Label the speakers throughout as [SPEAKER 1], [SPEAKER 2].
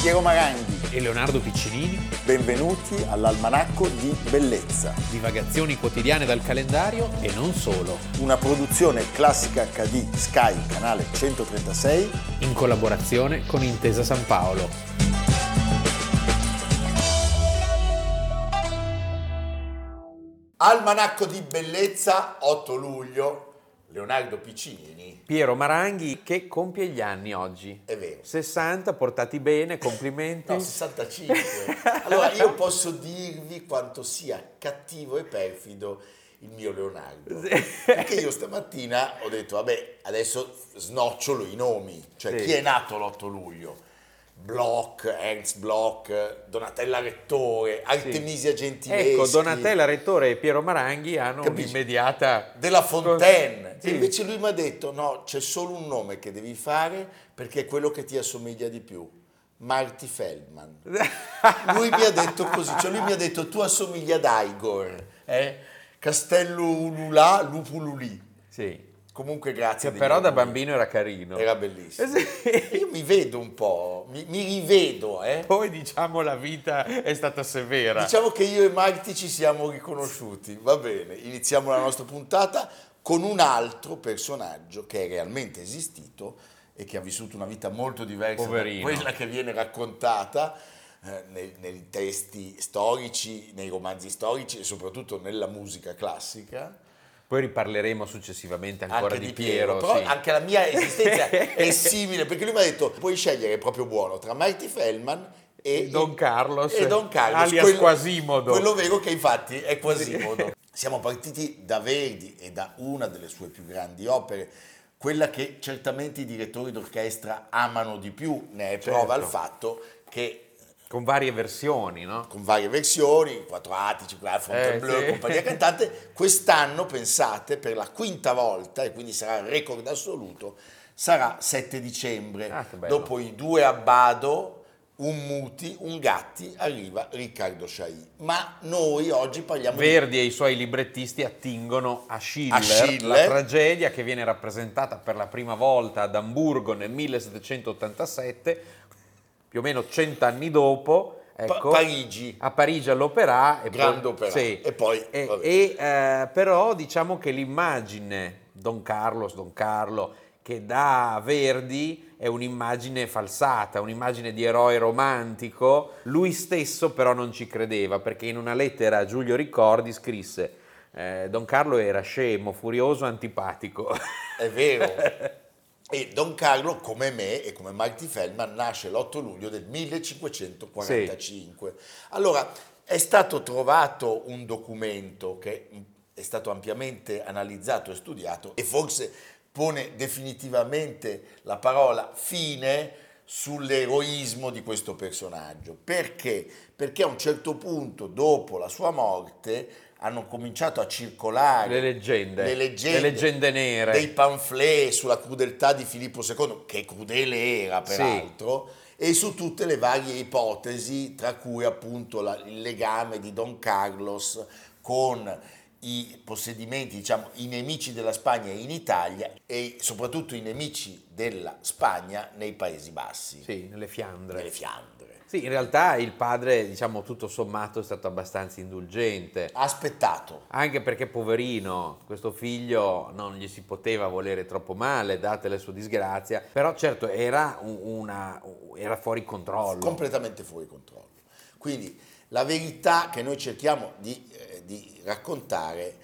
[SPEAKER 1] Piero Maranghi.
[SPEAKER 2] e Leonardo Piccinini,
[SPEAKER 1] Benvenuti all'Almanacco di Bellezza,
[SPEAKER 2] divagazioni quotidiane dal calendario e non solo,
[SPEAKER 1] una produzione classica HD Sky, canale 136.
[SPEAKER 2] in collaborazione con Intesa San Paolo.
[SPEAKER 1] Almanacco di Bellezza, 8 luglio, Leonardo Piccinini.
[SPEAKER 2] Piero Maranghi che compie gli anni oggi.
[SPEAKER 1] È vero.
[SPEAKER 2] 60, portati bene, complimenti.
[SPEAKER 1] No, 65. Allora io posso dirvi quanto sia cattivo e perfido il mio Leonardo.
[SPEAKER 2] Sì.
[SPEAKER 1] Perché io stamattina ho detto, vabbè, adesso snocciolo i nomi. Cioè,
[SPEAKER 2] Sì.
[SPEAKER 1] chi è nato l'8 luglio? Bloch, Ernst Bloch, Donatella Rettore, Artemisia Gentileschi.
[SPEAKER 2] Ecco, Donatella Rettore e Piero Maranghi hanno
[SPEAKER 1] Capisci?
[SPEAKER 2] un'immediata...
[SPEAKER 1] Della Fontaine.
[SPEAKER 2] Sì.
[SPEAKER 1] E invece lui mi ha detto: no, c'è solo un nome che devi fare perché è quello che ti assomiglia di più. Marty Feldman. Lui mi ha detto così, cioè lui mi ha detto tu assomigli ad Igor, eh? Castello Ululà, Lupululì.
[SPEAKER 2] sì,
[SPEAKER 1] Comunque grazie.
[SPEAKER 2] che
[SPEAKER 1] dei
[SPEAKER 2] però da
[SPEAKER 1] miei
[SPEAKER 2] bambino era carino.
[SPEAKER 1] amici. Era bellissimo.
[SPEAKER 2] Eh sì.
[SPEAKER 1] Io mi vedo un po', mi, mi rivedo, eh?
[SPEAKER 2] Poi diciamo la vita è stata severa.
[SPEAKER 1] Diciamo che io e Marti ci siamo riconosciuti, va bene, iniziamo la nostra puntata con un altro personaggio che è realmente esistito e che ha vissuto una vita molto diversa
[SPEAKER 2] Poverino.
[SPEAKER 1] da quella che viene raccontata eh, nei, nei testi storici, nei romanzi storici e soprattutto nella musica classica.
[SPEAKER 2] Poi riparleremo successivamente ancora
[SPEAKER 1] anche
[SPEAKER 2] di, Piero.
[SPEAKER 1] però
[SPEAKER 2] sì.
[SPEAKER 1] anche la mia esistenza è simile perché lui mi ha detto puoi scegliere proprio buono tra Marty Feldman e
[SPEAKER 2] Don Carlos,
[SPEAKER 1] e Don Carlos
[SPEAKER 2] alias Quasimodo.
[SPEAKER 1] quello vero che infatti è Quasimodo siamo partiti da Verdi e da una delle sue più grandi opere quella che certamente i direttori d'orchestra amano di più ne è prova
[SPEAKER 2] Certo.
[SPEAKER 1] il fatto che
[SPEAKER 2] Con varie versioni, no?
[SPEAKER 1] con varie versioni, 4 atti, 5 atti, Fontainebleau,
[SPEAKER 2] Eh, sì.
[SPEAKER 1] compagnia cantante, quest'anno pensate per la quinta volta, e quindi sarà il record assoluto, sarà 7 dicembre,
[SPEAKER 2] Ah, che bello.
[SPEAKER 1] dopo i due Abbado, un Muti, un Gatti, arriva Riccardo Sciai. Ma noi oggi parliamo di
[SPEAKER 2] Verdi e i suoi librettisti attingono a Schiller,
[SPEAKER 1] A Schiller.
[SPEAKER 2] la tragedia che viene rappresentata per la prima volta ad Amburgo nel 1787, più o meno cent'anni dopo,
[SPEAKER 1] Pa-
[SPEAKER 2] ecco,
[SPEAKER 1] Parigi.
[SPEAKER 2] a Parigi all'Opera. e
[SPEAKER 1] Grande
[SPEAKER 2] poi-
[SPEAKER 1] opera.
[SPEAKER 2] sì.
[SPEAKER 1] E poi,
[SPEAKER 2] E-
[SPEAKER 1] vabbè.
[SPEAKER 2] e, eh, però diciamo che l'immagine Don Carlos, Don Carlo, che dà a Verdi è un'immagine falsata, un'immagine di eroe romantico. Lui stesso però non ci credeva perché in una lettera a Giulio Ricordi scrisse eh, Don Carlo era scemo, furioso, antipatico.
[SPEAKER 1] È vero. E Don Carlo, come me e come Marty Feldman, nasce l'8 luglio del 1545. Allora, è stato trovato un documento che è stato ampiamente analizzato e studiato e forse pone definitivamente la parola fine sull'eroismo di questo personaggio. Perché? Perché a un certo punto, dopo la sua morte, hanno cominciato a circolare
[SPEAKER 2] Le leggende.
[SPEAKER 1] le leggende,
[SPEAKER 2] Le leggende nere.
[SPEAKER 1] dei pamphlet sulla crudeltà di Filippo II, che crudele era
[SPEAKER 2] Sì.
[SPEAKER 1] peraltro, e su tutte le varie ipotesi, tra cui appunto la- il legame di Don Carlos con i possedimenti, diciamo, i nemici della Spagna in Italia e soprattutto i nemici della Spagna nei Paesi Bassi,
[SPEAKER 2] Sì, nelle Fiandre.
[SPEAKER 1] nelle Fiandre.
[SPEAKER 2] Sì, in realtà il padre, diciamo tutto sommato, è stato abbastanza indulgente.
[SPEAKER 1] Ha aspettato.
[SPEAKER 2] Anche perché, poverino, questo figlio non gli si poteva volere troppo male, date le sue disgrazie. Però, certo, era, un- una, era fuori controllo.
[SPEAKER 1] completamente fuori controllo. Quindi la verità che noi cerchiamo di, eh, di raccontare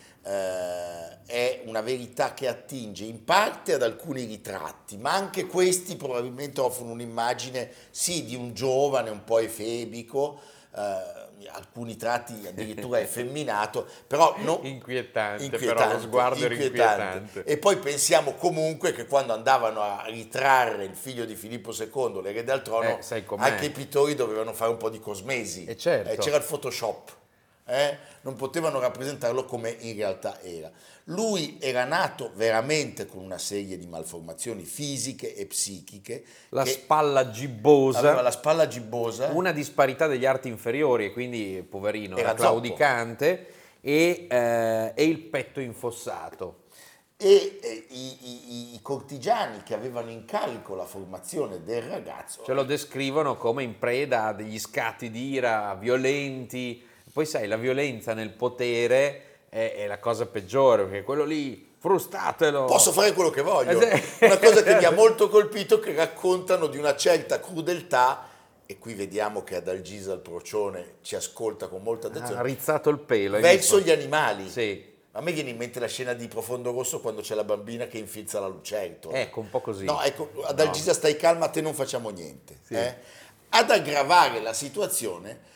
[SPEAKER 1] eh, è una verità che attinge in parte ad alcuni ritratti, ma anche questi probabilmente offrono un'immagine, sì, di un giovane un po' efebico, eh, alcuni tratti addirittura effeminato, però non,
[SPEAKER 2] inquietante, però lo
[SPEAKER 1] Inquietante,
[SPEAKER 2] sguardo era inquietante.
[SPEAKER 1] E poi pensiamo comunque che quando andavano a ritrarre il figlio di Filippo II, l'erede al trono,
[SPEAKER 2] Eh, sai com'è.
[SPEAKER 1] anche i pittori dovevano fare un po' di cosmesi.
[SPEAKER 2] Eh, certo.
[SPEAKER 1] Eh, c'era il Photoshop. eh, Non potevano rappresentarlo come in realtà era. Lui era nato veramente con una serie di malformazioni fisiche e psichiche.
[SPEAKER 2] La
[SPEAKER 1] che
[SPEAKER 2] spalla
[SPEAKER 1] aveva
[SPEAKER 2] gibbosa,
[SPEAKER 1] la spalla gibbosa.
[SPEAKER 2] una disparità degli arti inferiori, e quindi, poverino,
[SPEAKER 1] Era
[SPEAKER 2] era
[SPEAKER 1] zoppo.
[SPEAKER 2] claudicante, e, eh, e il petto infossato.
[SPEAKER 1] e eh, i, i- i cortigiani che avevano in carico la formazione del ragazzo
[SPEAKER 2] Ce lo descrivono come in preda a degli scatti di ira violenti. Poi sai, la violenza nel potere è, è la cosa peggiore, perché quello lì, frustatelo.
[SPEAKER 1] Posso fare quello che voglio.
[SPEAKER 2] Eh, sì.
[SPEAKER 1] Una cosa che mi ha molto colpito è che raccontano di una certa crudeltà e qui vediamo che Adalgisa il procione ci ascolta con molta
[SPEAKER 2] Ha
[SPEAKER 1] attenzione.
[SPEAKER 2] rizzato il pelo. hai
[SPEAKER 1] Verso
[SPEAKER 2] visto?
[SPEAKER 1] gli animali.
[SPEAKER 2] Sì,
[SPEAKER 1] A me viene in mente la scena di Profondo Rosso quando c'è la bambina che infilza la lucertola.
[SPEAKER 2] ecco, un po' così.
[SPEAKER 1] No, ecco, Adalgisa stai calma, a te non facciamo niente.
[SPEAKER 2] Sì.
[SPEAKER 1] eh. Ad aggravare la situazione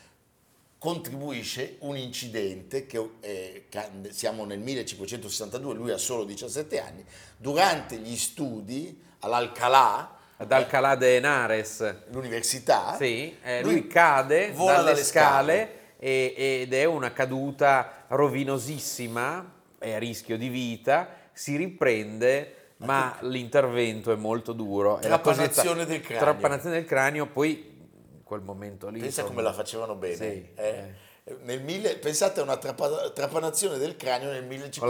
[SPEAKER 1] contribuisce un incidente che eh, ca- siamo nel 1562, lui ha solo 17 anni, durante gli studi all'Alcalà, eh,
[SPEAKER 2] Ad Alcalá de Henares.
[SPEAKER 1] l'università,
[SPEAKER 2] Sì, eh, lui, cade
[SPEAKER 1] vola
[SPEAKER 2] dalle,
[SPEAKER 1] dalle
[SPEAKER 2] scale,
[SPEAKER 1] scale.
[SPEAKER 2] e- ed è una caduta rovinosissima, è a rischio di vita, si riprende, ma l'intervento è molto duro. È la cosiddetta
[SPEAKER 1] Trapanazione del cranio.
[SPEAKER 2] Trapanazione del cranio, poi in quel momento lì...
[SPEAKER 1] pensa
[SPEAKER 2] insomma,
[SPEAKER 1] come la facevano bene.
[SPEAKER 2] Sì,
[SPEAKER 1] eh. Nel mille- pensate a una trapa- trapanazione del cranio nel 1562
[SPEAKER 2] Con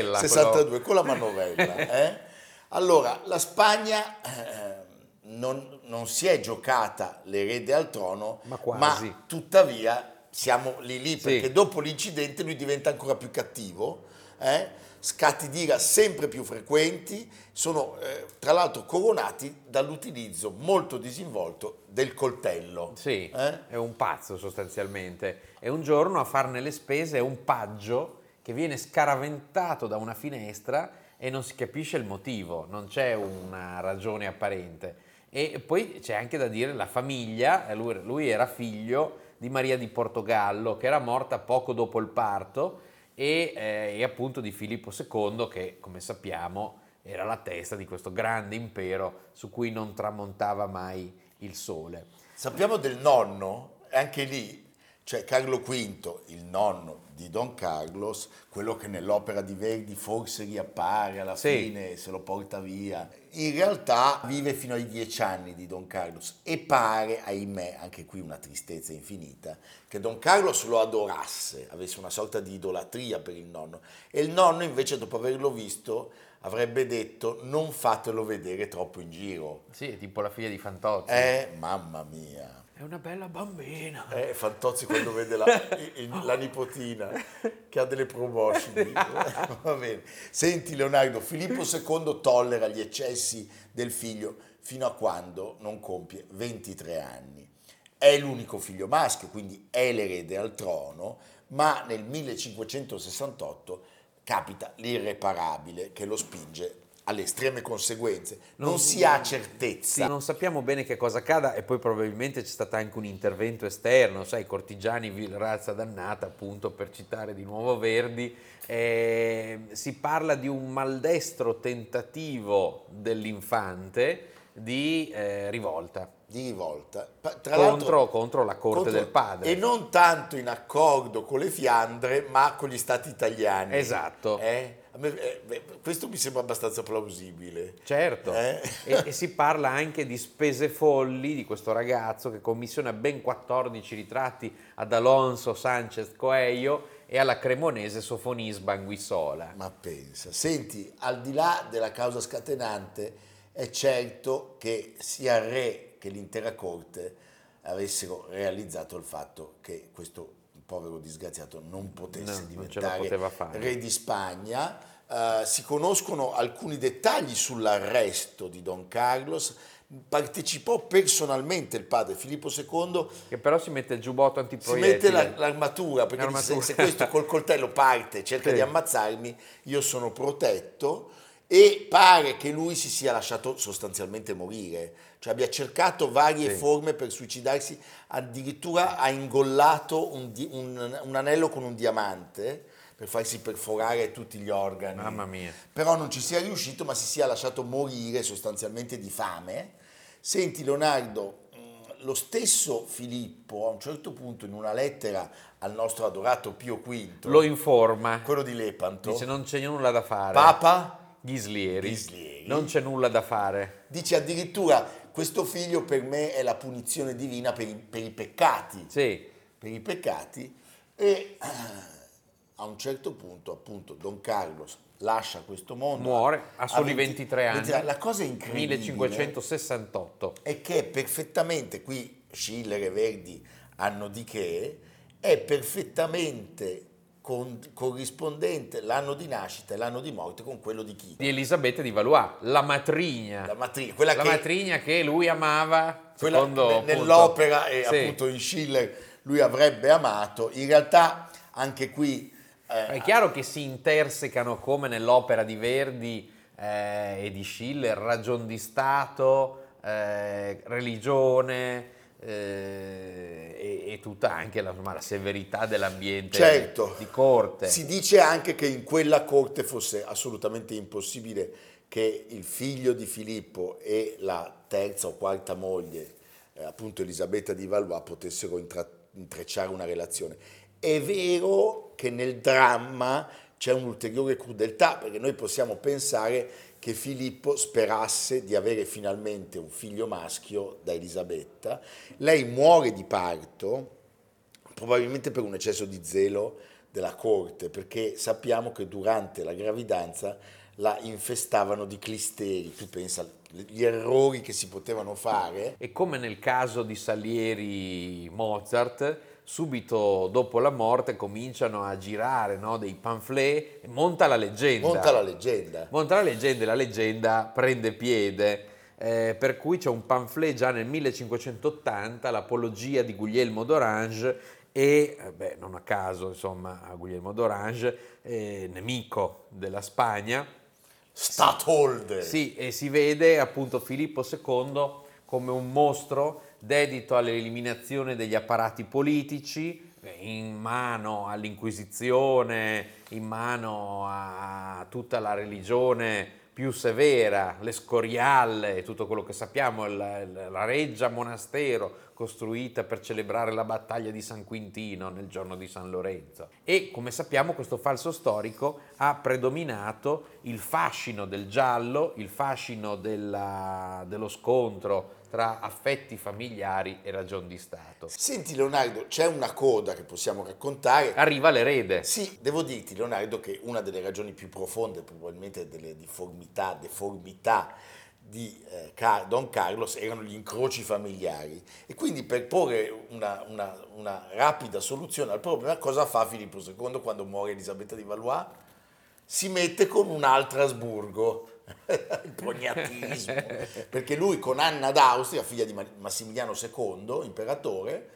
[SPEAKER 2] la manovella,
[SPEAKER 1] con la manovella. eh. Allora, la Spagna eh, non, non si è giocata l'erede al trono,
[SPEAKER 2] Ma quasi.
[SPEAKER 1] tuttavia siamo lì lì,
[SPEAKER 2] Sì.
[SPEAKER 1] perché dopo l'incidente lui diventa ancora più cattivo, eh, scatti di ira sempre più frequenti, sono eh, tra l'altro coronati dall'utilizzo molto disinvolto del coltello.
[SPEAKER 2] Sì,
[SPEAKER 1] Eh?
[SPEAKER 2] è un pazzo sostanzialmente. E un giorno a farne le spese è un paggio che viene scaraventato da una finestra e non si capisce il motivo, non c'è una ragione apparente. E poi c'è anche da dire la famiglia, eh, lui, lui era figlio di Maria di Portogallo che era morta poco dopo il parto e, eh, e appunto di Filippo II che come sappiamo era la testa di questo grande impero su cui non tramontava mai il sole.
[SPEAKER 1] Sappiamo del nonno, anche lì, cioè Carlo V, il nonno di Don Carlos, quello che nell'opera di Verdi forse riappare alla
[SPEAKER 2] Sì.
[SPEAKER 1] fine, se lo porta via. In realtà vive fino ai dieci anni di Don Carlos e pare, ahimè, anche qui una tristezza infinita, che Don Carlos lo adorasse, avesse una sorta di idolatria per il nonno. E il nonno invece, dopo averlo visto, avrebbe detto non fatelo vedere troppo in giro.
[SPEAKER 2] Sì, è tipo la figlia di Fantozzi.
[SPEAKER 1] Eh, mamma mia.
[SPEAKER 2] È una bella bambina.
[SPEAKER 1] Eh, Fantozzi quando vede la, il- la nipotina che ha delle promotion. Va bene. Senti Leonardo, Filippo II tollera gli eccessi del figlio fino a quando non compie 23 anni. È l'unico figlio maschio, quindi è l'erede al trono, ma nel 1568 capita l'irreparabile che lo spinge alle estreme conseguenze. Non,
[SPEAKER 2] Non-
[SPEAKER 1] si ha
[SPEAKER 2] Sì,
[SPEAKER 1] certezza.
[SPEAKER 2] non sappiamo bene che cosa accada e poi probabilmente c'è stato anche un intervento esterno, sai, cortigiani, vil razza dannata, appunto per citare di nuovo Verdi, Eh, si parla di un maldestro tentativo dell'infante di eh, rivolta
[SPEAKER 1] di rivolta Pa- tra l'altro-
[SPEAKER 2] contro, contro la corte
[SPEAKER 1] contro-
[SPEAKER 2] del padre.
[SPEAKER 1] E non tanto in accordo con le Fiandre, ma con gli stati italiani.
[SPEAKER 2] Esatto.
[SPEAKER 1] Eh? A me- eh, beh, questo mi sembra abbastanza plausibile.
[SPEAKER 2] Certo,
[SPEAKER 1] Eh?
[SPEAKER 2] e, e si parla anche di spese folli di questo ragazzo che commissiona ben 14 ritratti ad Alonso Sanchez Coelho e alla cremonese Sofonisba Anguissola.
[SPEAKER 1] Ma pensa, senti, al di là della causa scatenante, è certo che sia il re che l'intera corte avessero realizzato il fatto che questo povero disgraziato non
[SPEAKER 2] No,
[SPEAKER 1] potesse
[SPEAKER 2] non ce la
[SPEAKER 1] diventare
[SPEAKER 2] poteva fare.
[SPEAKER 1] re di Spagna. Eh, si conoscono alcuni dettagli sull'arresto di Don Carlos. Partecipò personalmente il padre Filippo II
[SPEAKER 2] Che però si mette il giubotto
[SPEAKER 1] si
[SPEAKER 2] antiproiettile.
[SPEAKER 1] mette la- l'armatura perché dice, se-
[SPEAKER 2] L'armatura.
[SPEAKER 1] se questo col coltello parte cerca
[SPEAKER 2] Sì.
[SPEAKER 1] di ammazzarmi, io sono protetto e pare che lui si sia lasciato sostanzialmente morire, cioè abbia cercato varie
[SPEAKER 2] Sì.
[SPEAKER 1] forme per suicidarsi, addirittura ha ingollato un, di- un- un anello con un diamante per farsi perforare tutti gli organi
[SPEAKER 2] Mamma mia.
[SPEAKER 1] però non ci sia riuscito, ma si sia lasciato morire sostanzialmente di fame. Senti Leonardo, mh, lo stesso Filippo a un certo punto in una lettera al nostro adorato Pio V,
[SPEAKER 2] Lo informa,
[SPEAKER 1] quello di Lepanto,
[SPEAKER 2] dice non c'è nulla da fare.
[SPEAKER 1] Papa,
[SPEAKER 2] Ghislieri.
[SPEAKER 1] Ghislieri.
[SPEAKER 2] Non c'è nulla da fare.
[SPEAKER 1] dice addirittura questo figlio per me è la punizione divina per i, per i peccati,
[SPEAKER 2] Sì,
[SPEAKER 1] per i peccati e ah, a un certo punto appunto Don Carlos lascia questo mondo.
[SPEAKER 2] Muore a soli 23 anni.
[SPEAKER 1] La cosa incredibile
[SPEAKER 2] 1568.
[SPEAKER 1] è che perfettamente, qui Schiller e Verdi hanno di che, è perfettamente con- corrispondente l'anno di nascita e l'anno di morte con quello di chi?
[SPEAKER 2] Di Elisabetta di Valois, la matrigna.
[SPEAKER 1] La matrigna, quella
[SPEAKER 2] la
[SPEAKER 1] che
[SPEAKER 2] matrigna che lui amava
[SPEAKER 1] quella
[SPEAKER 2] secondo,
[SPEAKER 1] ne-
[SPEAKER 2] appunto-
[SPEAKER 1] nell'opera e
[SPEAKER 2] Sì.
[SPEAKER 1] appunto in Schiller lui avrebbe amato. In realtà anche qui eh,
[SPEAKER 2] È chiaro che si intersecano come nell'opera di Verdi eh, e di Schiller, ragion di Stato, eh, religione eh, e, e tutta anche la, insomma, la severità dell'ambiente
[SPEAKER 1] Certo.
[SPEAKER 2] di corte.
[SPEAKER 1] Si dice anche che in quella corte fosse assolutamente impossibile che il figlio di Filippo e la terza o quarta moglie, eh, appunto Elisabetta di Valois, potessero intra- intrecciare una relazione. È vero che nel dramma c'è un'ulteriore crudeltà, perché noi possiamo pensare che Filippo sperasse di avere finalmente un figlio maschio da Elisabetta. Lei muore di parto, probabilmente per un eccesso di zelo della corte, perché sappiamo che durante la gravidanza la infestavano di clisteri, tu pensa gli errori che si potevano fare.
[SPEAKER 2] E come nel caso di Salieri Mozart, subito dopo la morte cominciano a girare no, dei pamphlet, e monta la leggenda.
[SPEAKER 1] Monta la leggenda.
[SPEAKER 2] Monta la leggenda e la leggenda prende piede, eh, per cui c'è un pamphlet già nel 1580, l'apologia di Guglielmo d'Orange e, eh, beh, non a caso, insomma, a Guglielmo d'Orange, eh, nemico della Spagna,
[SPEAKER 1] Stadtholder.
[SPEAKER 2] sì, e si vede appunto Filippo II come un mostro dedito all'eliminazione degli apparati politici, eh, in mano all'Inquisizione, in mano a tutta la religione più severa, le scorialle, tutto quello che sappiamo, la, la reggia monastero costruita per celebrare la battaglia di San Quintino nel giorno di San Lorenzo. E come sappiamo questo falso storico ha predominato il fascino del giallo, il fascino della- dello scontro tra affetti familiari e ragion di Stato.
[SPEAKER 1] Senti Leonardo, c'è una coda che possiamo raccontare.
[SPEAKER 2] Arriva l'erede.
[SPEAKER 1] Sì, devo dirti Leonardo che una delle ragioni più profonde, probabilmente delle difformità, deformità di eh, Ca- Don Carlos erano gli incroci familiari e quindi per porre una, una- una rapida soluzione al problema cosa fa Filippo II quando muore Elisabetta di Valois? Si mette con un altro Asburgo, il cognatismo, perché lui con Anna d'Austria, figlia di Ma- Massimiliano II, imperatore,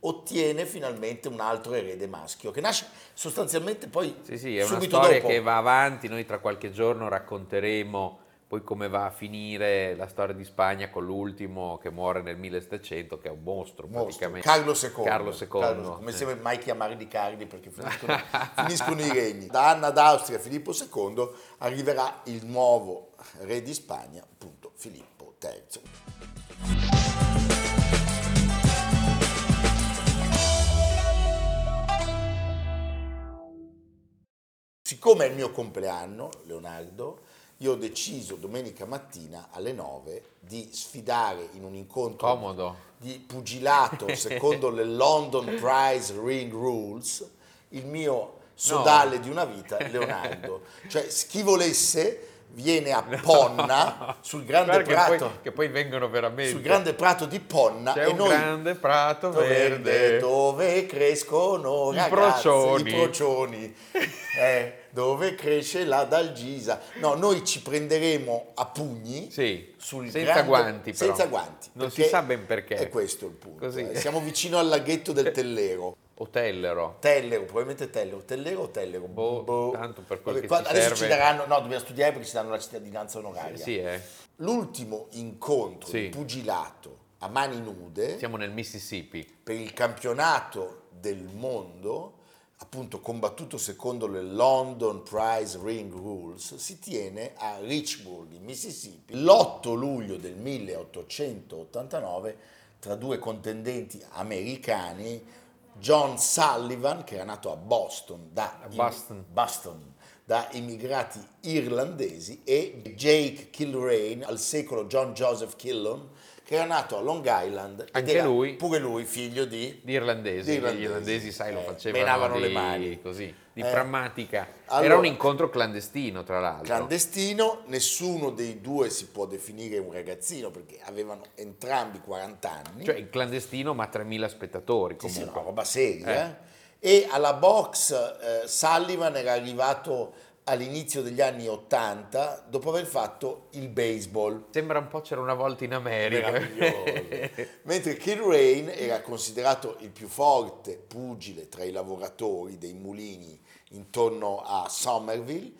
[SPEAKER 1] ottiene finalmente un altro erede maschio che nasce sostanzialmente poi
[SPEAKER 2] Sì, sì, è una
[SPEAKER 1] subito
[SPEAKER 2] storia
[SPEAKER 1] dopo.
[SPEAKER 2] che va avanti, noi tra qualche giorno racconteremo poi come va a finire la storia di Spagna con l'ultimo che muore nel 1700, che è un mostro,
[SPEAKER 1] Mostro.
[SPEAKER 2] praticamente.
[SPEAKER 1] Carlo II.
[SPEAKER 2] Carlo II.
[SPEAKER 1] Carlo- come
[SPEAKER 2] eh.
[SPEAKER 1] sempre mai chiamarli Carli perché finiscono, finiscono i regni. Da Anna d'Austria a Filippo II arriverà il nuovo re di Spagna, appunto Filippo III. Siccome è il mio compleanno, Leonardo, io ho deciso domenica mattina alle 9 di sfidare in un incontro
[SPEAKER 2] Comodo.
[SPEAKER 1] di pugilato secondo le London Prize Ring Rules il mio sodale di una vita, Leonardo. Cioè, s- chi volesse viene a Ponna sul grande
[SPEAKER 2] Guarda che
[SPEAKER 1] prato.
[SPEAKER 2] poi, che poi vengono veramente.
[SPEAKER 1] Sul grande prato di Ponna e
[SPEAKER 2] C'è un
[SPEAKER 1] noi
[SPEAKER 2] grande prato
[SPEAKER 1] Prato verde
[SPEAKER 2] verde.
[SPEAKER 1] dove crescono
[SPEAKER 2] I
[SPEAKER 1] ragazzi,
[SPEAKER 2] procioni.
[SPEAKER 1] i procioni, eh, dove cresce la Dalgisa. No, noi ci prenderemo a pugni
[SPEAKER 2] Sì,
[SPEAKER 1] sul
[SPEAKER 2] senza
[SPEAKER 1] grande-
[SPEAKER 2] guanti però.
[SPEAKER 1] senza guanti,
[SPEAKER 2] Non si
[SPEAKER 1] perché
[SPEAKER 2] sa ben perché.
[SPEAKER 1] È questo il punto.
[SPEAKER 2] Così.
[SPEAKER 1] eh. Siamo vicino al laghetto del Tellero.
[SPEAKER 2] Otellero.
[SPEAKER 1] Tellero, probabilmente Tellero, Tellero o Tellero?
[SPEAKER 2] Boh, tanto per quel
[SPEAKER 1] Vabbè,
[SPEAKER 2] che
[SPEAKER 1] qua-
[SPEAKER 2] ci
[SPEAKER 1] Adesso ci
[SPEAKER 2] serve.
[SPEAKER 1] daranno, no, dobbiamo studiare perché ci danno la cittadinanza onoraria.
[SPEAKER 2] Sì, eh.
[SPEAKER 1] L'ultimo incontro
[SPEAKER 2] Sì.
[SPEAKER 1] di pugilato a mani nude
[SPEAKER 2] eh. Siamo nel Mississippi.
[SPEAKER 1] per il campionato del mondo, appunto combattuto secondo le London Prize Ring Rules, si tiene a Richburg, in Mississippi, l'8 luglio del 1889 tra due contendenti americani, John Sullivan, che era nato a Boston, da,
[SPEAKER 2] Boston.
[SPEAKER 1] Boston, da immigrati irlandesi, e Jake Kilrain, al secolo John Joseph Killam, che era nato a Long Island, ed
[SPEAKER 2] Anche
[SPEAKER 1] era
[SPEAKER 2] lui.
[SPEAKER 1] pure lui figlio di
[SPEAKER 2] Di irlandesi,
[SPEAKER 1] Di irlandesi.
[SPEAKER 2] gli irlandesi, sai, lo
[SPEAKER 1] Eh,
[SPEAKER 2] facevano.
[SPEAKER 1] menavano
[SPEAKER 2] di-
[SPEAKER 1] le mani. Eh,
[SPEAKER 2] così. di prammatica. Era
[SPEAKER 1] Allora-
[SPEAKER 2] un incontro clandestino, tra l'altro.
[SPEAKER 1] Clandestino, nessuno dei due si può definire un ragazzino perché avevano entrambi 40 anni.
[SPEAKER 2] cioè il clandestino ma 3.000 spettatori
[SPEAKER 1] Sì, sì,
[SPEAKER 2] comunque. Eh.
[SPEAKER 1] una roba seria. E alla box eh, Sullivan era arrivato all'inizio degli anni 80 dopo aver fatto il baseball.
[SPEAKER 2] Sembra un po' c'era una volta in America.
[SPEAKER 1] Meraviglioso. Mentre Kid Rain era considerato il più forte pugile tra i lavoratori dei mulini intorno a Somerville,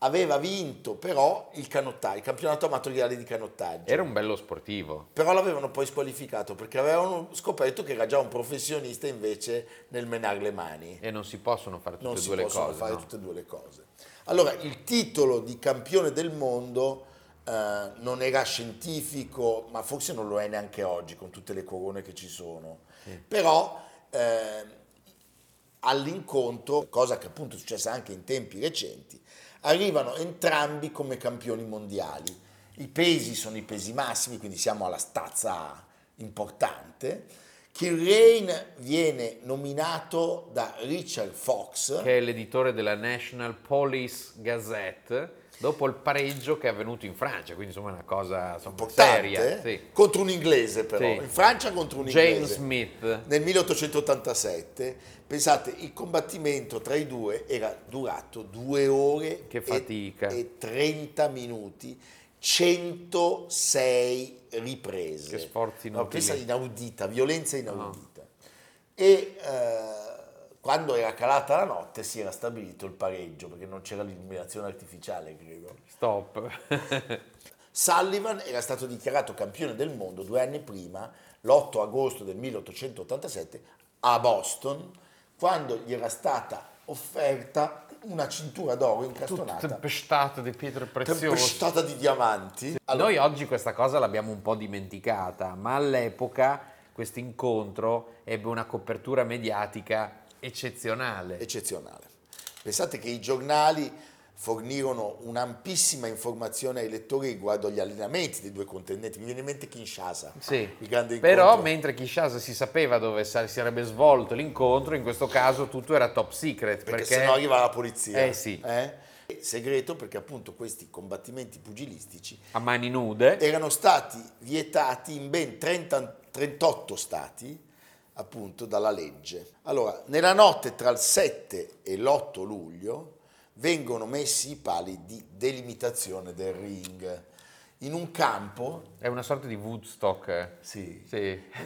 [SPEAKER 1] aveva vinto però il canottaggio, il campionato amatoriale di canottaggio.
[SPEAKER 2] Era un bello sportivo.
[SPEAKER 1] Però l'avevano poi squalificato perché avevano scoperto che era già un professionista invece nel menare le mani.
[SPEAKER 2] E non si possono fare tutte
[SPEAKER 1] Non
[SPEAKER 2] e
[SPEAKER 1] si
[SPEAKER 2] due le
[SPEAKER 1] possono
[SPEAKER 2] cose.
[SPEAKER 1] fare
[SPEAKER 2] no?
[SPEAKER 1] tutte e due le cose. Allora, il titolo di campione del mondo eh, non era scientifico, ma forse non lo è neanche oggi con tutte le corone che ci sono. Però ehm, all'incontro, cosa che appunto è successa anche in tempi recenti, arrivano entrambi come campioni mondiali. I pesi sono i pesi massimi, quindi siamo alla stazza importante. Kill Rain viene nominato da Richard Fox.
[SPEAKER 2] Che è l'editore della National Police Gazette dopo il pareggio che è avvenuto in Francia, quindi insomma è una cosa insomma, seria.
[SPEAKER 1] importante
[SPEAKER 2] Sì.
[SPEAKER 1] contro un inglese però
[SPEAKER 2] Sì.
[SPEAKER 1] in Francia contro un
[SPEAKER 2] James
[SPEAKER 1] inglese
[SPEAKER 2] Smith.
[SPEAKER 1] nel 1887 pensate il combattimento tra i due era durato due ore
[SPEAKER 2] Che
[SPEAKER 1] e-
[SPEAKER 2] fatica.
[SPEAKER 1] e, 30 minuti 106 riprese
[SPEAKER 2] Che sforzi
[SPEAKER 1] No,
[SPEAKER 2] inutili.
[SPEAKER 1] questa è inaudita violenza inaudita e eh, quando era calata la notte si era stabilito il pareggio perché non c'era l'illuminazione artificiale credo
[SPEAKER 2] Stop.
[SPEAKER 1] Sullivan era stato dichiarato campione del mondo due anni prima, l'8 agosto del 1887, a Boston, quando gli era stata offerta una cintura d'oro
[SPEAKER 2] Tutto
[SPEAKER 1] incastonata,
[SPEAKER 2] tempestato di pietre preziose.
[SPEAKER 1] tempestata di diamanti. Allora,
[SPEAKER 2] Noi oggi questa cosa l'abbiamo un po' dimenticata, ma all'epoca questo incontro ebbe una copertura mediatica eccezionale.
[SPEAKER 1] eccezionale. Pensate che i giornali fornirono un'ampissima informazione ai lettori riguardo agli allenamenti dei due contendenti. Mi viene in mente Kinshasa,
[SPEAKER 2] Sì.
[SPEAKER 1] il grande
[SPEAKER 2] Però
[SPEAKER 1] incontro.
[SPEAKER 2] mentre Kinshasa si sapeva dove sa- si sarebbe svolto l'incontro, in questo caso tutto era top secret
[SPEAKER 1] perché,
[SPEAKER 2] perché,
[SPEAKER 1] sennò arriva la polizia.
[SPEAKER 2] Eh sì.
[SPEAKER 1] Eh? Segreto perché appunto questi combattimenti pugilistici
[SPEAKER 2] a mani nude
[SPEAKER 1] erano stati vietati in ben 30 38 stati appunto dalla legge. Allora, nella notte tra il 7 e l'8 luglio vengono messi i pali di delimitazione del ring in un campo,
[SPEAKER 2] è una sorta di Woodstock.
[SPEAKER 1] sì.
[SPEAKER 2] Sì.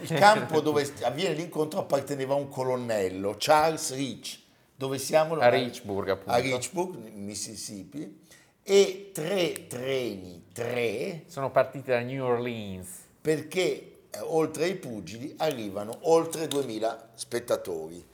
[SPEAKER 1] il campo dove avviene l'incontro apparteneva a un colonnello, Charles Rich, dove siamo?
[SPEAKER 2] a Richburg appunto.
[SPEAKER 1] a Richburg, in Mississippi, e tre treni, tre,
[SPEAKER 2] Sono partiti da New Orleans.
[SPEAKER 1] perché eh, oltre ai pugili arrivano oltre 2000 spettatori.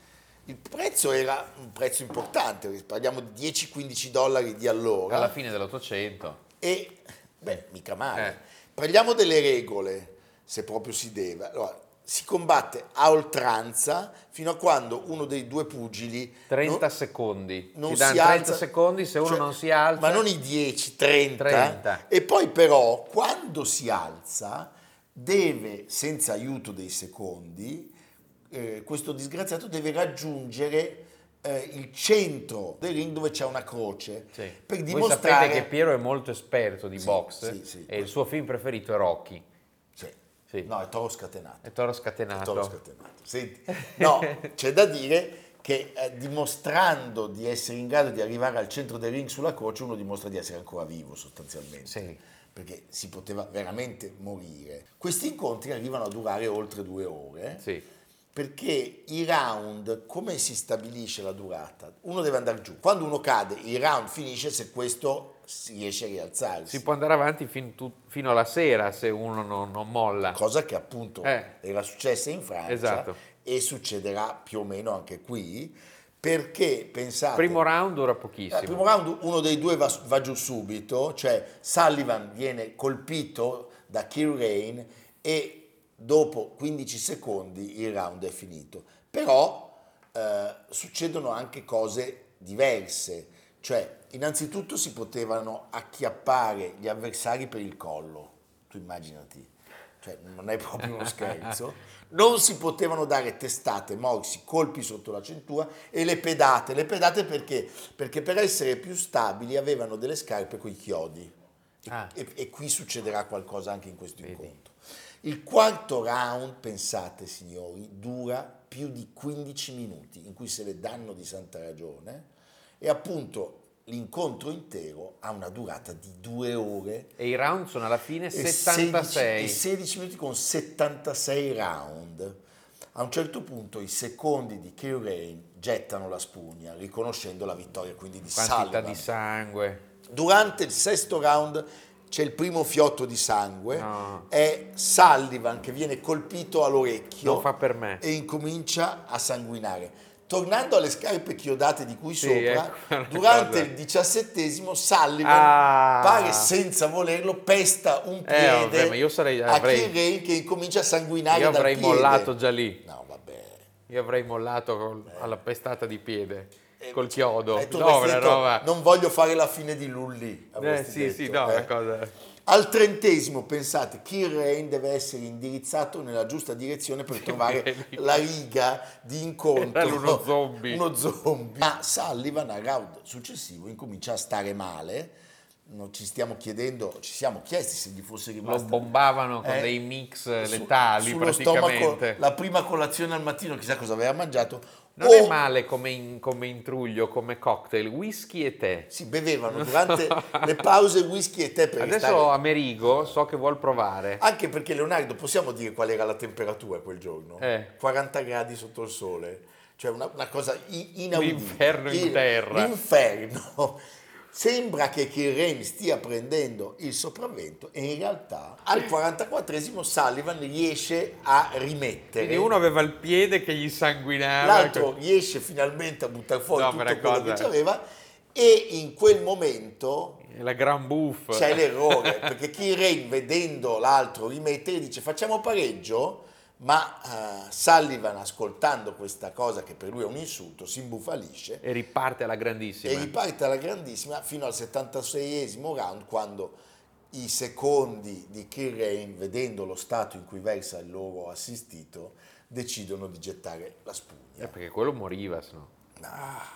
[SPEAKER 1] Il prezzo era un prezzo importante, perché parliamo di 10-15 dollari di allora
[SPEAKER 2] Alla fine dell'Ottocento.
[SPEAKER 1] e beh, mica male.
[SPEAKER 2] Eh.
[SPEAKER 1] Parliamo delle regole, se proprio si deve. Allora, si combatte a oltranza fino a quando uno dei due pugili
[SPEAKER 2] 30
[SPEAKER 1] non-
[SPEAKER 2] secondi.
[SPEAKER 1] non
[SPEAKER 2] si danno
[SPEAKER 1] si
[SPEAKER 2] 30
[SPEAKER 1] alza-
[SPEAKER 2] secondi se uno
[SPEAKER 1] cioè,
[SPEAKER 2] non si alza.
[SPEAKER 1] Ma non i 10, 30.
[SPEAKER 2] 30.
[SPEAKER 1] E poi però quando si alza deve, senza aiuto dei secondi, eh, questo disgraziato deve raggiungere eh, il centro del ring dove c'è una croce.
[SPEAKER 2] Sì.
[SPEAKER 1] Per
[SPEAKER 2] Voi sapete
[SPEAKER 1] dimostrare...
[SPEAKER 2] che Piero è molto esperto di box
[SPEAKER 1] sì, sì.
[SPEAKER 2] e il suo film preferito è Rocky.
[SPEAKER 1] Sì.
[SPEAKER 2] Sì.
[SPEAKER 1] No, è toro scatenato.
[SPEAKER 2] È Toro
[SPEAKER 1] È
[SPEAKER 2] scatenato.
[SPEAKER 1] toro scatenato. Senti, no, c'è da dire che eh, dimostrando di essere in grado di arrivare al centro del ring sulla croce, uno dimostra di essere ancora vivo sostanzialmente.
[SPEAKER 2] Sì.
[SPEAKER 1] perché si poteva veramente morire. Questi incontri arrivano a durare oltre due ore,
[SPEAKER 2] Sì.
[SPEAKER 1] perché i round, come si stabilisce la durata? Uno deve andare giù, quando uno cade il round finisce se questo si riesce a rialzarsi,
[SPEAKER 2] Si può andare avanti fin tu- fino alla sera se uno non, non molla.
[SPEAKER 1] cosa che appunto
[SPEAKER 2] Eh.
[SPEAKER 1] era successa in Francia
[SPEAKER 2] Esatto.
[SPEAKER 1] e succederà più o meno anche qui, perché pensate...
[SPEAKER 2] Primo round dura
[SPEAKER 1] Al
[SPEAKER 2] pochissimo.
[SPEAKER 1] Eh, primo round uno dei due va, va giù subito, cioè Sullivan viene colpito da Kill Rain e dopo 15 secondi il round è finito. Però eh, succedono anche cose diverse, cioè innanzitutto si potevano acchiappare gli avversari per il collo, tu immaginati. cioè non è proprio uno scherzo, non si potevano dare testate, morsi, colpi sotto la cintura e le pedate. Le pedate perché? Perché per essere più stabili avevano delle scarpe con i chiodi. E,
[SPEAKER 3] Ah.
[SPEAKER 1] e- e qui succederà qualcosa anche in questo
[SPEAKER 3] Vedi.
[SPEAKER 1] incontro. Il quarto round, pensate signori, dura più di 15 minuti in cui se le danno di santa ragione e appunto l'incontro intero ha una durata di due ore
[SPEAKER 2] E i round sono alla fine
[SPEAKER 1] e 16 e
[SPEAKER 2] 76.
[SPEAKER 1] 16 minuti con 76 round. A un certo punto i secondi di Kilrain gettano la spugna, riconoscendo la vittoria quindi di
[SPEAKER 2] Quantità
[SPEAKER 1] Sullivan.
[SPEAKER 2] di sangue.
[SPEAKER 1] Durante il sesto round c'è il primo fiotto di sangue,
[SPEAKER 2] No.
[SPEAKER 1] è Sullivan che viene colpito all'orecchio
[SPEAKER 2] Non fa per me.
[SPEAKER 1] e incomincia a sanguinare. Tornando alle scarpe chiodate di cui
[SPEAKER 2] Sì,
[SPEAKER 1] sopra,
[SPEAKER 2] ecco una
[SPEAKER 1] durante
[SPEAKER 2] cosa.
[SPEAKER 1] il diciassettesimo Sullivan
[SPEAKER 2] Ah. Eh,
[SPEAKER 1] pare senza volerlo, pesta un piede
[SPEAKER 2] vabbè, ma io sarei-
[SPEAKER 1] a
[SPEAKER 2] avrei-
[SPEAKER 1] Kilrain che incomincia a sanguinare
[SPEAKER 2] Io
[SPEAKER 1] dal
[SPEAKER 2] avrei
[SPEAKER 1] piede.
[SPEAKER 2] mollato già lì.
[SPEAKER 1] No, vabbè.
[SPEAKER 2] Io avrei mollato col- alla pestata di piede,
[SPEAKER 1] Eh,
[SPEAKER 2] col chiodo.
[SPEAKER 1] Eh, tu
[SPEAKER 2] No,
[SPEAKER 1] avresti
[SPEAKER 2] una
[SPEAKER 1] detto,
[SPEAKER 2] roba.
[SPEAKER 1] Non voglio fare la fine di Lully.
[SPEAKER 2] Eh,
[SPEAKER 1] avresti
[SPEAKER 2] sì,
[SPEAKER 1] detto,
[SPEAKER 2] sì, no,
[SPEAKER 1] eh.
[SPEAKER 2] una cosa.
[SPEAKER 1] Al trentesimo, pensate, Kilrain deve essere indirizzato nella giusta direzione per trovare
[SPEAKER 2] bello.
[SPEAKER 1] la riga di incontro.
[SPEAKER 2] Era uno zombie.
[SPEAKER 1] Uno zombie. Ma Sullivan al round successivo incomincia a stare male. Non ci stiamo chiedendo, ci siamo chiesti se gli fosse
[SPEAKER 2] Lo
[SPEAKER 1] rimasto
[SPEAKER 2] bombavano con
[SPEAKER 1] eh,
[SPEAKER 2] dei mix
[SPEAKER 1] su-
[SPEAKER 2] letali
[SPEAKER 1] sullo
[SPEAKER 2] praticamente.
[SPEAKER 1] stomaco, la Oh! prima colazione al mattino, chissà cosa aveva mangiato.
[SPEAKER 2] Non
[SPEAKER 1] o
[SPEAKER 2] è male come, in- come intruglio, come cocktail, whisky e tè.
[SPEAKER 1] Si bevevano durante le pause whisky e tè per
[SPEAKER 2] Adesso
[SPEAKER 1] restare-
[SPEAKER 2] Amerigo so che vuol provare.
[SPEAKER 1] Anche perché Leonardo, possiamo dire qual era la temperatura quel giorno?
[SPEAKER 2] Eh.
[SPEAKER 1] 40 gradi sotto il sole, cioè una, una cosa i- inaudita.
[SPEAKER 2] L'inferno in
[SPEAKER 1] Il-
[SPEAKER 2] terra.
[SPEAKER 1] L'inferno. Sembra che Kilrain stia prendendo il sopravvento e in realtà al 44esimo Sullivan riesce a rimettere.
[SPEAKER 2] Quindi uno aveva il piede che gli sanguinava.
[SPEAKER 1] L'altro riesce finalmente a buttare fuori
[SPEAKER 2] No,
[SPEAKER 1] tutto
[SPEAKER 2] però
[SPEAKER 1] quello
[SPEAKER 2] cosa-
[SPEAKER 1] che c'aveva e in quel momento
[SPEAKER 2] La gran buffa.
[SPEAKER 1] c'è l'errore perché Kilrain vedendo l'altro rimettere dice facciamo pareggio ma eh, Sullivan ascoltando questa cosa che per lui è un insulto si imbufalisce
[SPEAKER 2] E riparte alla
[SPEAKER 1] e
[SPEAKER 2] grandissima.
[SPEAKER 1] riparte alla grandissima fino al 76esimo round quando i secondi di Kilrain vedendo lo stato in cui versa il loro assistito decidono di gettare la spugna
[SPEAKER 2] Eh, perché quello moriva, se no.
[SPEAKER 1] Ah,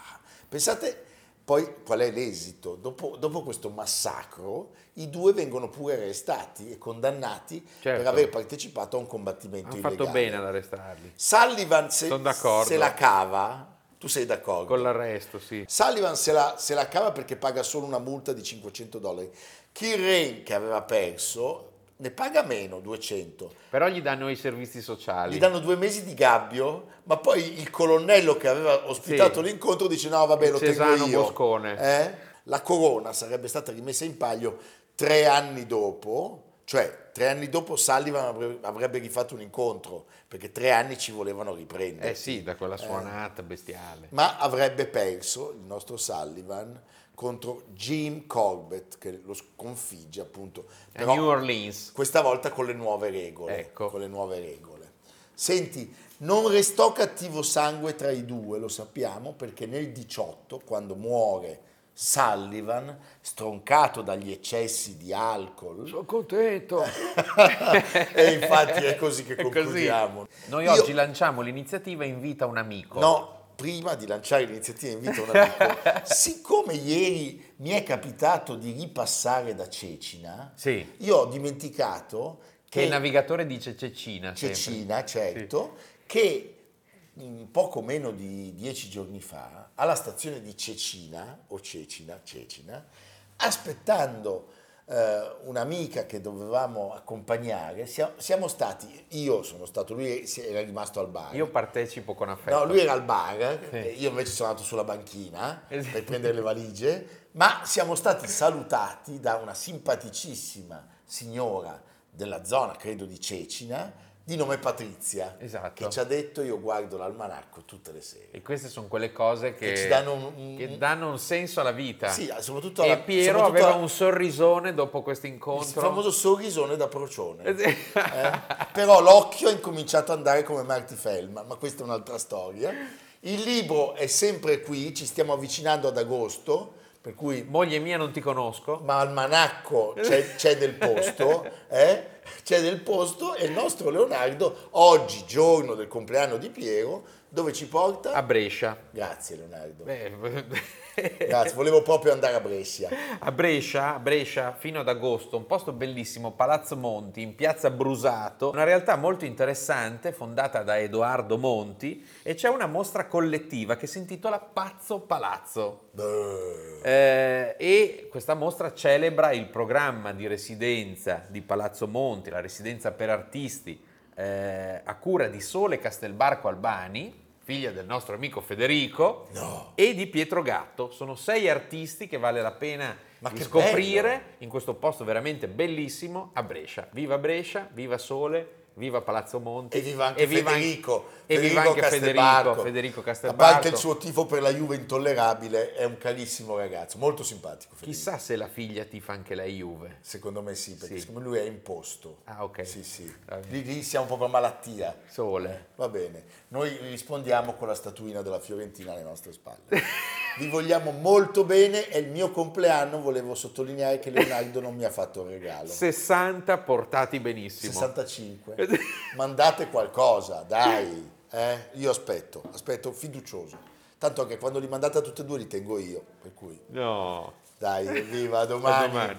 [SPEAKER 1] pensate poi qual è l'esito. Dopo, dopo questo massacro, i due vengono pure arrestati e condannati
[SPEAKER 2] Certo.
[SPEAKER 1] per aver partecipato a un combattimento
[SPEAKER 2] Hanno
[SPEAKER 1] illegale.
[SPEAKER 2] fatto bene ad arrestarli.
[SPEAKER 1] Sullivan se,
[SPEAKER 2] Sono d'accordo.
[SPEAKER 1] se la cava, tu sei d'accordo?
[SPEAKER 2] Con l'arresto, sì.
[SPEAKER 1] Sullivan se la, se la cava perché paga solo una multa di 500 dollari. Kilrain, che aveva perso, ne paga meno, 200.
[SPEAKER 2] Però gli danno i servizi sociali.
[SPEAKER 1] Gli danno due mesi di gabbio, ma poi il colonnello che aveva ospitato
[SPEAKER 2] Sì.
[SPEAKER 1] l'incontro dice no vabbè
[SPEAKER 2] Il
[SPEAKER 1] lo tengo
[SPEAKER 2] Cesano
[SPEAKER 1] io.
[SPEAKER 2] Boscone.
[SPEAKER 1] Eh? La corona sarebbe stata rimessa in palio tre anni dopo, cioè tre anni dopo Sullivan avrebbe, avrebbe rifatto un incontro, perché tre anni ci volevano riprendere.
[SPEAKER 2] Eh sì, da quella suonata bestiale.
[SPEAKER 1] Ma avrebbe perso il nostro Sullivan contro Jim Corbett che lo sconfigge appunto.
[SPEAKER 2] A
[SPEAKER 1] Però-
[SPEAKER 2] New Orleans.
[SPEAKER 1] questa volta con le nuove regole.
[SPEAKER 2] Ecco.
[SPEAKER 1] Con le nuove regole. Senti, non restò cattivo sangue tra i due, lo sappiamo, perché nel 18, quando muore Sullivan, stroncato dagli eccessi di alcol,
[SPEAKER 2] Sono contento.
[SPEAKER 1] e infatti è così che
[SPEAKER 2] È così.
[SPEAKER 1] concludiamo.
[SPEAKER 2] Noi
[SPEAKER 1] Io-
[SPEAKER 2] oggi lanciamo l'iniziativa Invita un amico.
[SPEAKER 1] No, prima di lanciare l'iniziativa invito un amico, siccome ieri mi è capitato di ripassare da Cecina,
[SPEAKER 2] Sì.
[SPEAKER 1] io ho dimenticato
[SPEAKER 2] Che
[SPEAKER 1] che...
[SPEAKER 2] il navigatore dice Cecina. sempre.
[SPEAKER 1] Cecina, certo, che mm, poco meno di dieci giorni fa, alla stazione di Cecina, o Cecina, Cecina, aspettando eh, un'amica che dovevamo accompagnare, sia- siamo, stati, io sono stato, lui si- era rimasto al bar.
[SPEAKER 2] Io partecipo con affetto.
[SPEAKER 1] No, lui era al bar,
[SPEAKER 2] Sì.
[SPEAKER 1] eh, io invece sono andato sulla banchina
[SPEAKER 2] Esatto.
[SPEAKER 1] per prendere le valigie, ma siamo stati salutati da una simpaticissima signora della zona, credo di Cecina, di nome Patrizia,
[SPEAKER 2] Esatto.
[SPEAKER 1] che ci ha detto io guardo l'almanacco tutte le sere.
[SPEAKER 2] E queste sono quelle cose che,
[SPEAKER 1] Che ci danno un- un-
[SPEAKER 2] che danno un senso alla vita.
[SPEAKER 1] Sì, eh, soprattutto alla-
[SPEAKER 2] Ah. e Piero
[SPEAKER 1] soprattutto
[SPEAKER 2] aveva
[SPEAKER 1] alla-
[SPEAKER 2] un sorrisone dopo questo
[SPEAKER 1] Il
[SPEAKER 2] incontro.
[SPEAKER 1] famoso sorrisone da procione.
[SPEAKER 2] Eh sì.
[SPEAKER 1] Eh? Però l'occhio ha incominciato ad andare come Marty Feldman, ma questa è un'altra storia. Il libro è sempre qui, ci stiamo avvicinando ad agosto, per cui
[SPEAKER 2] Moglie mia non ti conosco.
[SPEAKER 1] ma al manacco c'è, c'è del posto, eh? c'è del posto e il nostro Leonardo, oggi giorno del compleanno di Piero, dove ci porta?
[SPEAKER 2] A Brescia.
[SPEAKER 1] Grazie Leonardo.
[SPEAKER 2] Beh,
[SPEAKER 1] Grazie, volevo proprio andare a Brescia.
[SPEAKER 2] A Brescia, a Brescia, fino ad agosto, un posto bellissimo, Palazzo Monti, in piazza Brusato, una realtà molto interessante fondata da Edoardo Monti e c'è una mostra collettiva che si intitola Pazzo Palazzo.
[SPEAKER 1] Beh.
[SPEAKER 2] Eh, e questa mostra celebra il programma di residenza di Palazzo Monti, la residenza per artisti eh, a cura di Sole Castelbarco Albani, figlia del nostro amico Federico,
[SPEAKER 1] No.
[SPEAKER 2] e di Pietro Gatto. Sono sei artisti che vale la pena
[SPEAKER 1] Ma
[SPEAKER 2] di
[SPEAKER 1] che
[SPEAKER 2] scoprire
[SPEAKER 1] bello!
[SPEAKER 2] in questo posto veramente bellissimo a Brescia. Viva Brescia, viva Sole, viva Palazzo Monti.
[SPEAKER 1] E viva anche Federico,
[SPEAKER 2] E viva anche Federico, Federico Castelbarco.
[SPEAKER 1] A parte il suo tifo per la Juve intollerabile, è un carissimo ragazzo, molto simpatico. Federico.
[SPEAKER 2] Chissà se la figlia tifa anche la Juve.
[SPEAKER 1] Secondo me sì, perché
[SPEAKER 2] Sì.
[SPEAKER 1] siccome lui è imposto.
[SPEAKER 2] Ah, ok.
[SPEAKER 1] Sì, sì.
[SPEAKER 2] Va bene.
[SPEAKER 1] Lì, lì siamo proprio a malattia.
[SPEAKER 2] Sole.
[SPEAKER 1] Va bene. Noi rispondiamo con la statuina della Fiorentina alle nostre spalle. Vi vogliamo molto bene e il mio compleanno volevo sottolineare che Leonardo non mi ha fatto un regalo.
[SPEAKER 2] 60 portati benissimo.
[SPEAKER 1] 65. Mandate qualcosa, dai. eh? Io aspetto, aspetto fiducioso. Tanto che quando li mandate a tutti e due li tengo io, per cui
[SPEAKER 2] No.
[SPEAKER 1] dai, viva
[SPEAKER 2] A
[SPEAKER 1] domani.
[SPEAKER 2] domani.